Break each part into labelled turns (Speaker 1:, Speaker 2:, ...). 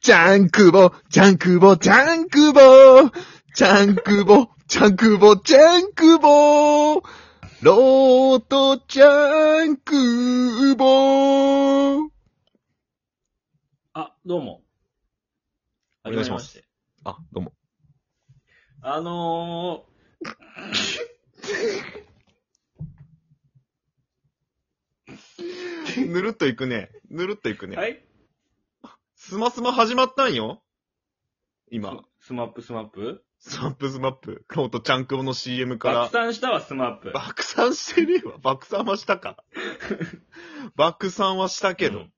Speaker 1: ジャンクボ、ジャンクボ、ジャンクボ、ジャンクボ、ジャンクボ、ジャンクボ、ロートジャンクボ。
Speaker 2: あ、どうも。
Speaker 1: お願いします
Speaker 2: て。
Speaker 1: あ、どうも。
Speaker 2: あの
Speaker 1: ぬるっといくね。ぬるっといく
Speaker 2: ー、
Speaker 1: ね。
Speaker 2: はい
Speaker 1: スマスマ始まったんよ今。
Speaker 2: スマップスマップ
Speaker 1: スマップスマップ。ロートジャンクボの CM から。
Speaker 2: 爆散したわ、スマップ。
Speaker 1: 爆散してねえわ。爆散はした か。爆散はしたけど。
Speaker 2: うん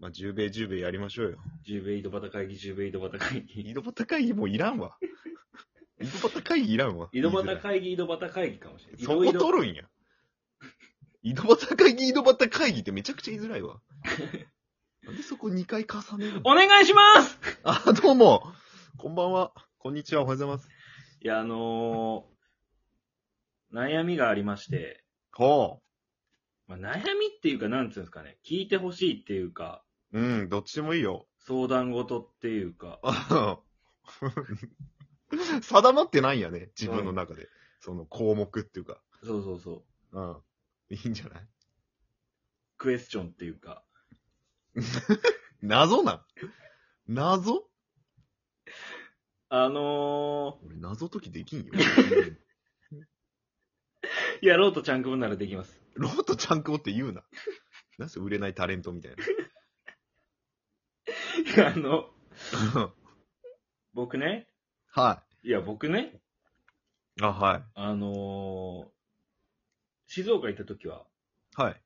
Speaker 1: まあ、10米10米やりましょうよ。
Speaker 2: 10ベイドバタ会議、10ベイドバタ会議。
Speaker 1: 井戸端会議もういらん わ。井戸端会議いらんわ。
Speaker 2: 井戸端
Speaker 1: 議。
Speaker 2: 会議、井戸端会議かもしれない。
Speaker 1: そこ
Speaker 2: 井戸井戸
Speaker 1: 取るんや。井戸端会議、井戸端会議ってめちゃくちゃ言いづらいわ。 なんでそこ2回重ねるの
Speaker 2: お願いします
Speaker 1: あ、どうも。こんばんは。こんにちは。おはようございます。
Speaker 2: いや、あのー、悩みがありまして、
Speaker 1: ほ
Speaker 2: まあ、悩みっていうか、なんつうんですかね、聞いてほしいっていうか、
Speaker 1: う。うん、どっちでもいいよ。
Speaker 2: 相談事っていうか、
Speaker 1: あの定まってないんやね、自分の中で。その項目っていうか。
Speaker 2: そうそうそう、
Speaker 1: うん。いいんじゃない
Speaker 2: クエスチョンっていうか、
Speaker 1: 謎なん謎
Speaker 2: あの
Speaker 1: 俺謎解きできん よ。
Speaker 2: ー、やろうとちゃんくぶんならできます。
Speaker 1: ロートちゃんこって言うな。 なんせ売れないタレントみたい
Speaker 2: いやあの、
Speaker 1: な。
Speaker 2: 僕ね、
Speaker 1: はい
Speaker 2: や、僕ね、
Speaker 1: い。あ、はい。
Speaker 2: あのー静岡行った時は、
Speaker 1: はい。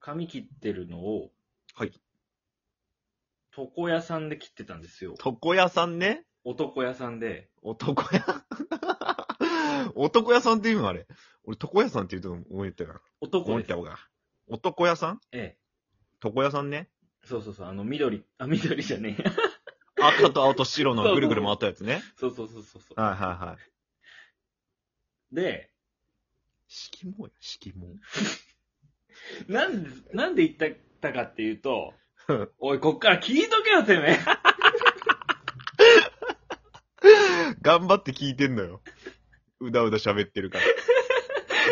Speaker 2: 髪切ってるのを、
Speaker 1: はい。
Speaker 2: 床屋さんで切ってたんですよ。
Speaker 1: 床屋さんね。
Speaker 2: 男屋さんで。
Speaker 1: 男屋。 男屋さんって言うのあれ。俺、床屋さんって言うと思ったから。
Speaker 2: 男
Speaker 1: 思っ
Speaker 2: です
Speaker 1: た。方が。男屋さん
Speaker 2: え
Speaker 1: 床屋さんね。
Speaker 2: え。そうそうそう、あの、緑、あ、緑じゃねえや。
Speaker 1: 赤と青と白のぐるぐる回ったやつね。
Speaker 2: そうそうそうそうそ
Speaker 1: はいはいはい。
Speaker 2: う。で、
Speaker 1: 色毛や、色毛。
Speaker 2: なんで、なんで行ったったかっていうと
Speaker 1: うん、
Speaker 2: おい、こっから聞いとけよ、てめえ。
Speaker 1: 頑張って聞いてんのよ。うだうだ喋ってるから。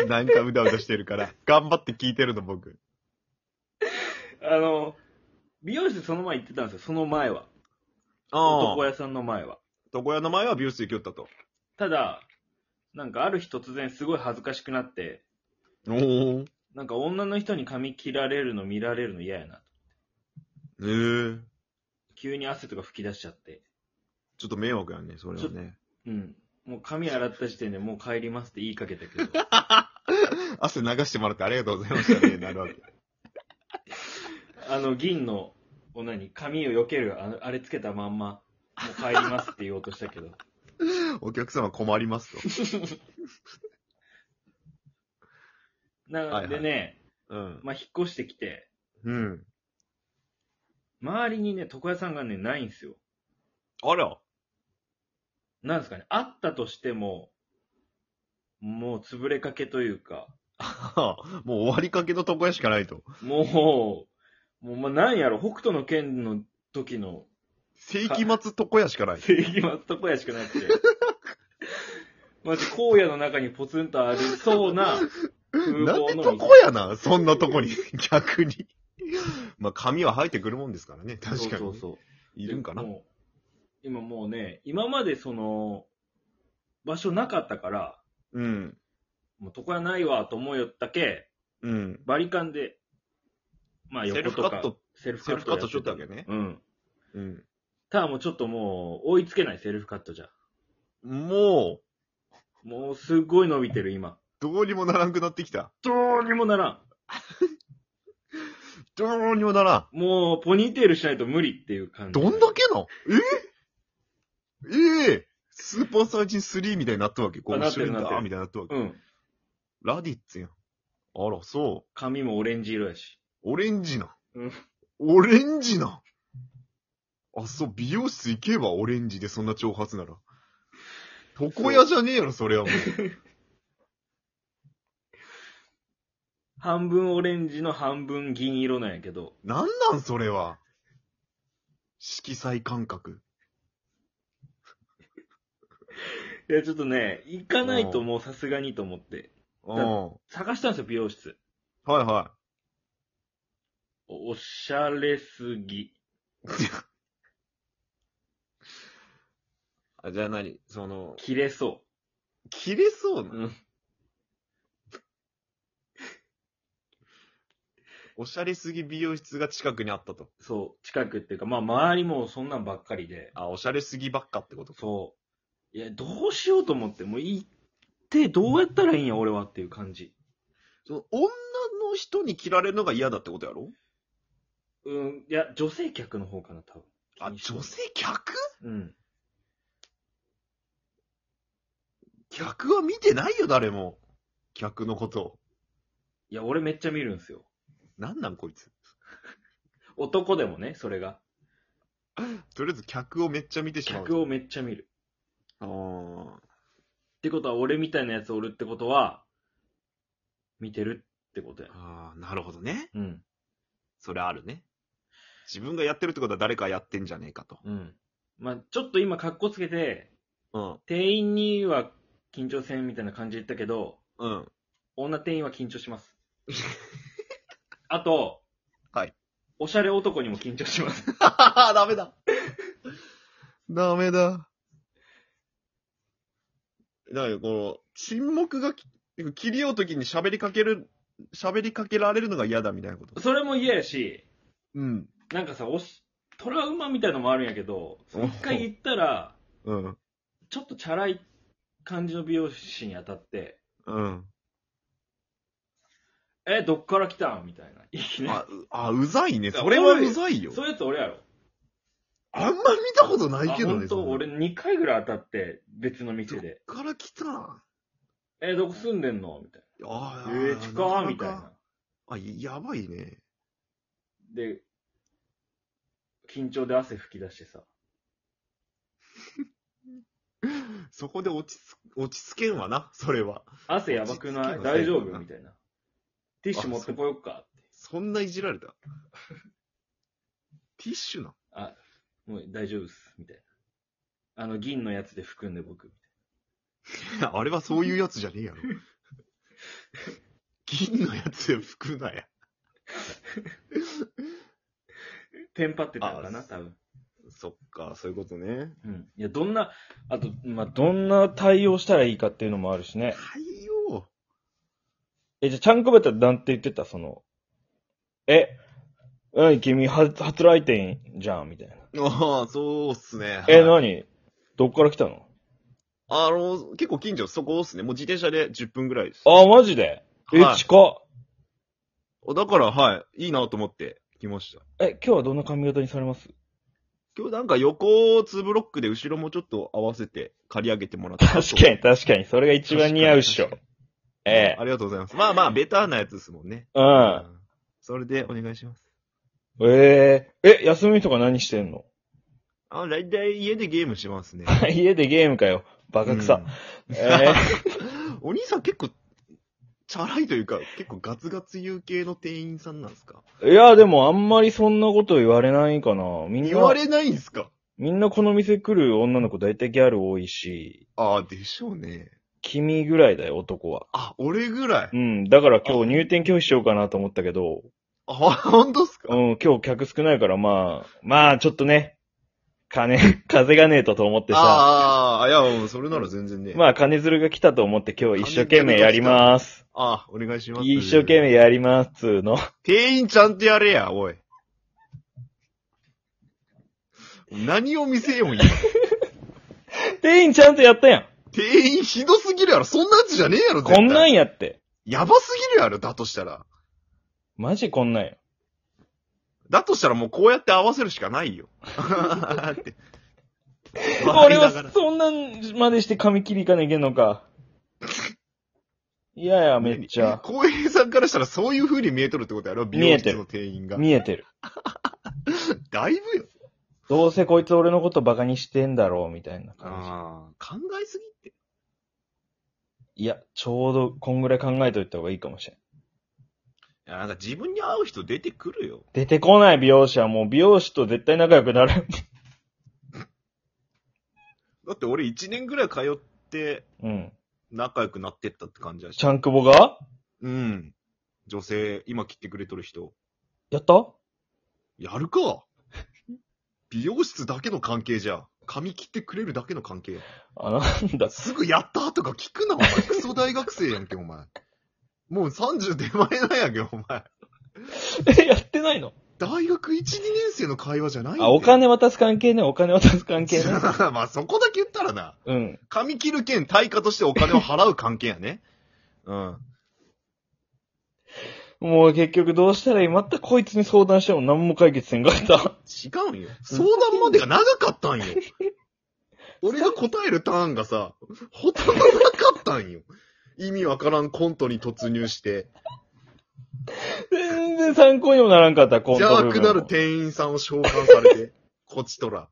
Speaker 1: なんかうだうだしてるから。頑張って聞いてるの僕。
Speaker 2: あの、美容室その前行ってたんですよ、その前は。男
Speaker 1: 男屋。
Speaker 2: 屋さんの前は。
Speaker 1: 床屋の前は美容室行きよったと。
Speaker 2: ただ、なんかある日突然すごい恥ずかしくなって、
Speaker 1: おー。
Speaker 2: なんか女の人に髪切られるの見られるの嫌やな。
Speaker 1: えー。
Speaker 2: 急に汗とか吹き出しちゃって。
Speaker 1: ちょっと迷惑やね、それはね。
Speaker 2: うん。もう髪洗った時点でもう帰りますって言いかけたけど。
Speaker 1: 汗流してもらってありがとうございました ね、なるわけ。
Speaker 2: あの、銀の女に髪を避ける、あのあれつけたまんま、もう帰りますって言おうとしたけど。
Speaker 1: お客様困ります
Speaker 2: なのでね、
Speaker 1: と。うん。
Speaker 2: まあ、引っ越してきて、
Speaker 1: うん。
Speaker 2: 周りにね、床屋さんがね、ないんですよ。
Speaker 1: あら。
Speaker 2: なんですかね、あったとしても、もう潰れかけというか、
Speaker 1: もう終わりかけの床屋しかないと。
Speaker 2: もう、もうまあ、なんやろ、北斗の剣の時 の
Speaker 1: 世紀末床屋しか ない。
Speaker 2: 世紀末床屋しかなくて。マジ、荒野の中にポツンとありそうな風
Speaker 1: なんで
Speaker 2: 貌の。
Speaker 1: 床屋なんそんなとこに。 逆に。まあ、髪は生えてくるもんですからね。確かに。
Speaker 2: そうそうそう。
Speaker 1: いるんかな
Speaker 2: でも今もうね、今までその、場所なかったから、
Speaker 1: うん。
Speaker 2: もう床屋ないわと思いよったけ、
Speaker 1: うん。
Speaker 2: バリカンで、まあ
Speaker 1: セル
Speaker 2: 横
Speaker 1: フカ
Speaker 2: と
Speaker 1: ッ
Speaker 2: か、
Speaker 1: ト、
Speaker 2: セル
Speaker 1: セルフカットしとったわ
Speaker 2: け
Speaker 1: けね。
Speaker 2: うん。
Speaker 1: うん。
Speaker 2: ただもうちょっともう追いつけないセルフカットじゃ。
Speaker 1: もう、
Speaker 2: もうすごい伸びてる今。
Speaker 1: どうにもならんくなってきた。
Speaker 2: どうにもならん。
Speaker 1: どうにもなら
Speaker 2: もうポニーテールしないと無理っていう感
Speaker 1: ん。
Speaker 2: じ。
Speaker 1: どんだけのええええスーパーサイジン3みたいになったわけ。こう、
Speaker 2: あなって
Speaker 1: 後ろ
Speaker 2: る
Speaker 1: にダ
Speaker 2: なって
Speaker 1: ー
Speaker 2: る
Speaker 1: みたいになったわけ。
Speaker 2: うん。
Speaker 1: ラディッツやん。あら、そう。
Speaker 2: 髪もオレンジ色やし。
Speaker 1: オレンジな。
Speaker 2: うん
Speaker 1: オレンジな。あ、そう、美容室行けばオレンジでそんな長髪なら。床屋じゃねえやろ、それはもう。
Speaker 2: 半分オレンジの半分銀色なんやけど、
Speaker 1: なんなんそれは。色彩感覚。
Speaker 2: いや、ちょっとね、行かないともうさすがにと思って、
Speaker 1: うん。は
Speaker 2: 探したんですよ、美容室。
Speaker 1: いは
Speaker 2: おおしゃれすぎ。
Speaker 1: い。あじゃあ何その、
Speaker 2: 切れそ
Speaker 1: 切れそうな。
Speaker 2: うん
Speaker 1: おしゃれすぎ美容室が近くにあったと。
Speaker 2: う。そう、近くっていうか、まあ周りもそんなんばっかりで、
Speaker 1: あ、おしゃれすぎばっかってことか。
Speaker 2: そう。いや、どうしようと思って、もう行ってどうやったらいいんや、俺はっていう感じ。
Speaker 1: その女の人に切られるのが嫌だってことやろ
Speaker 2: うん、いや、女性客の方かな、多分。
Speaker 1: あ、女性客
Speaker 2: うん。
Speaker 1: 客は見てないよ、誰も。客のこと。
Speaker 2: いや、俺めっちゃ見るんすよ。
Speaker 1: なんなんこいつ。
Speaker 2: 男でもね、それが。
Speaker 1: とりあえず客をめっちゃ見てしまう。
Speaker 2: 客をめっちゃ見る。
Speaker 1: を。
Speaker 2: ってことは、俺みたいなやつおるってことは、見てるってことや。
Speaker 1: ああ、なるほどね。
Speaker 2: うん。
Speaker 1: それあるね。自分がやってるってことは誰かやってんじゃねえかと。
Speaker 2: うん。まあ、ちょっと今、格好つけて、
Speaker 1: うん。
Speaker 2: 店員には緊張せんみたいな感じで言ったけど、
Speaker 1: うん。
Speaker 2: 女店員は緊張します。あと、
Speaker 1: はい。
Speaker 2: おしゃれ男にも緊張します。
Speaker 1: ダメだ。ダメだ。だから、この、沈黙がき、切りようときに喋りかける、喋りかけられるのが嫌だみたいなこと。
Speaker 2: それも嫌やし、
Speaker 1: うん。
Speaker 2: なんかさ、おし、トラウマみたいのもあるんやけど、
Speaker 1: お
Speaker 2: 一回行ったら、
Speaker 1: うん。
Speaker 2: ちょっとチャラい感じの美容師に当たって、
Speaker 1: うん。
Speaker 2: え、どっから来たんみたいな。いきな
Speaker 1: あ、うあ、うざいね。
Speaker 2: そう
Speaker 1: それはうざい
Speaker 2: り。
Speaker 1: よ。
Speaker 2: そういうやつ俺やろ。
Speaker 1: あんま見たことな
Speaker 2: あ、
Speaker 1: いけど
Speaker 2: ほ
Speaker 1: ね。
Speaker 2: んと、
Speaker 1: そんな
Speaker 2: 俺2回ぐらい当たって、別の店で。
Speaker 1: どっから来たあ
Speaker 2: え、どこ住んでんのみたい
Speaker 1: あ
Speaker 2: な。えー、近ーみたい。
Speaker 1: かか
Speaker 2: な。
Speaker 1: あ、やばいね。
Speaker 2: で、緊張で汗吹き出してさ。
Speaker 1: そこで落ち着、落ち着けんわな、それは。
Speaker 2: 汗やばくな
Speaker 1: 落ち着け
Speaker 2: い
Speaker 1: ば最
Speaker 2: 大丈
Speaker 1: 後
Speaker 2: 夫
Speaker 1: な
Speaker 2: みたいな。ティッシュ持ってこよっかって。
Speaker 1: そんないじられた。ティッシュな。
Speaker 2: あ、もう大丈夫っす。みたいな。あの、銀のやつで含んで僕。
Speaker 1: あれはそういうやつじゃねえやろ。 銀のやつで拭くなや。
Speaker 2: テンパってたんかな、
Speaker 1: あ
Speaker 2: 多分。
Speaker 1: そっか、そういうことね。
Speaker 2: うん。いや、どんな、あと、まあ、どんな対応したらいいかっていうのもあるしね。
Speaker 1: 対応。
Speaker 2: え、じゃあ、ちゃんこべたらなんて言ってたその、え、何君、は初来店じゃんみたいな。
Speaker 1: ああ、そうっすね。
Speaker 2: え、
Speaker 1: はい
Speaker 2: 何どっから来たの
Speaker 1: あの、結構近所、そこっすね。もう自転車で10分ぐらいです。
Speaker 2: あ、マジでえ、
Speaker 1: はい
Speaker 2: 近っ
Speaker 1: だから、はい、いいなと思って来ました。
Speaker 2: え、今日はどんな髪型にされます
Speaker 1: 今日なんか横を2ブロックで後ろもちょっと合わせて借り上げてもらった。
Speaker 2: 確かに、確かに。それが一番似合うっしょ
Speaker 1: 確か。
Speaker 2: ええ
Speaker 1: ありがとうございます。まあまあ、ベターなやつですもんね。
Speaker 2: うん。
Speaker 1: それでお願いします。
Speaker 2: えええ、休みとか何してんの
Speaker 1: あ、大体家でゲームしますね。
Speaker 2: 家でゲームかよ。 バカ臭。 え
Speaker 1: うん お兄さん結構、チャラいというか、結構ガツガツ言う系の店員さんなんですか
Speaker 2: えいや、でもあんまりそんなこと言われないかな。みん
Speaker 1: 言わ
Speaker 2: な、
Speaker 1: れないんすか
Speaker 2: みんなこの店来る女の子大体ギャル多いし、
Speaker 1: ああ、でしょうね。
Speaker 2: 君ぐらいだよ、男は。。
Speaker 1: あ、俺ぐらいう
Speaker 2: ん、だから今日入店拒否しようかなと思ったけど、
Speaker 1: あ、ほんとっすか
Speaker 2: うん、今日客少ないからまあ、まあちょっとね、金、 風がねえとと思ってさ、
Speaker 1: ああ、いや、もうそれなら全然ね。
Speaker 2: まあ、金づるが来たと思って今日一生懸命やります。
Speaker 1: ああ、お願いします。
Speaker 2: 一生懸命。やります、つーの。
Speaker 1: 店員ちゃんとやれや、おい。何を見せよう、今。
Speaker 2: 店員ちゃんとやったやん。
Speaker 1: 店員ひどすぎるやろ。そんなやつじゃねえやろ、絶対
Speaker 2: こんなんやって。
Speaker 1: やばすぎるやろ、だとしたら。
Speaker 2: マジこん なんや。
Speaker 1: だとしたらもうこうやって合わせるしかない よ。って。笑
Speaker 2: 俺
Speaker 1: いながら
Speaker 2: はそんなんまでして髪切りいかないけんのか。いやや、めっちゃ。
Speaker 1: 浩平さんからしたらそういう風に見えとるってことやろ美
Speaker 2: 見
Speaker 1: 容
Speaker 2: えて
Speaker 1: 室
Speaker 2: る
Speaker 1: の店員が。
Speaker 2: 見えてる。
Speaker 1: だいぶよ。
Speaker 2: どうせこいつ俺のことバカにしてんだろう、みたいな感
Speaker 1: ああ。考えすぎって。
Speaker 2: じ。いや、ちょうどこんぐらい考えといた方がいいかもしれん。
Speaker 1: いや、なんか自分に合う人出てくるよ。
Speaker 2: 出てこない美容師はもう美容師と絶対仲良くなる。
Speaker 1: だって俺1年ぐらい通って
Speaker 2: うん。
Speaker 1: 仲良くなってったって感じだし
Speaker 2: ち。ゃんくぼが
Speaker 1: うん。女性、今切ってくれとる人。
Speaker 2: やった
Speaker 1: やる か美容室だけの関係じゃ。髪切ってくれるだけの関係。
Speaker 2: あ、なんだ。
Speaker 1: すぐやったとか聞くな、お前。クソ大学生やんけ、お前。もう30手前なんやけど、お前。
Speaker 2: え、やってないの
Speaker 1: 大学1、2年生の会話じゃないんだよ
Speaker 2: あ、お金渡す関係ね、お金渡す関係ね。
Speaker 1: まあそこだけ言ったらな。
Speaker 2: うん。
Speaker 1: 髪切る券対価としてお金を払う関係やね。うん。
Speaker 2: もう結局どうしたらいいまたこいつに相談しても何も解決せんかった。
Speaker 1: 違うんよ。相談までが長かったんよ。俺が答えるターンがさ、ほとんどなかったんよ。意味わからんコントに突入して、
Speaker 2: 全然参考にもならんかった、コント
Speaker 1: 邪
Speaker 2: 部分
Speaker 1: 悪なる店員さんを召喚され て、こちとら。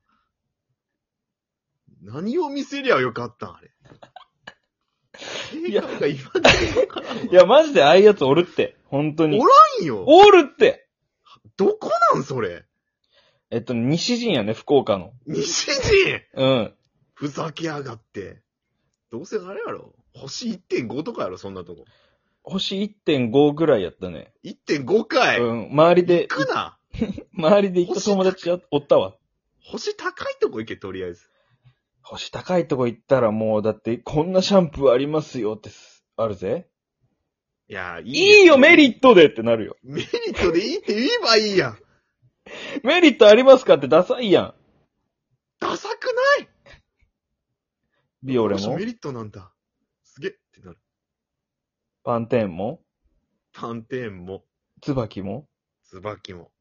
Speaker 1: 何を見せりゃよかったん、あれ。
Speaker 2: い
Speaker 1: 映
Speaker 2: や
Speaker 1: 画が今だけわからんわ
Speaker 2: いや、マジでああいうやつおるって。本当に。
Speaker 1: おらんよ。
Speaker 2: おるって
Speaker 1: どこなん、それ。
Speaker 2: えっと、西陣やね、福岡の。
Speaker 1: 西陣
Speaker 2: うん。
Speaker 1: ふざけやがって。どうせあれやろ星1.5とかやろそんなとこ。
Speaker 2: 星1.5ぐらいやったね。
Speaker 1: 1.5回、
Speaker 2: うん。周りで
Speaker 1: 行、くな
Speaker 2: 周りで行った友達やおったわ。
Speaker 1: 星高いとこ行け、とりあえず。
Speaker 2: 星高いとこ行ったらもう、だって、こんなシャンプーありますよってす、あるぜ。
Speaker 1: いや、いい
Speaker 2: いいよ、メ
Speaker 1: ット
Speaker 2: リットでってなるよ。
Speaker 1: メリットでいいって言えばいいやん
Speaker 2: メリットありますかってダサいやん。
Speaker 1: ダサくない
Speaker 2: ビオレ
Speaker 1: この人
Speaker 2: も
Speaker 1: メ、リットなんだ。すげえってなる。
Speaker 2: パンテーンも、
Speaker 1: パンテーンも、
Speaker 2: ツバキも、
Speaker 1: 椿も。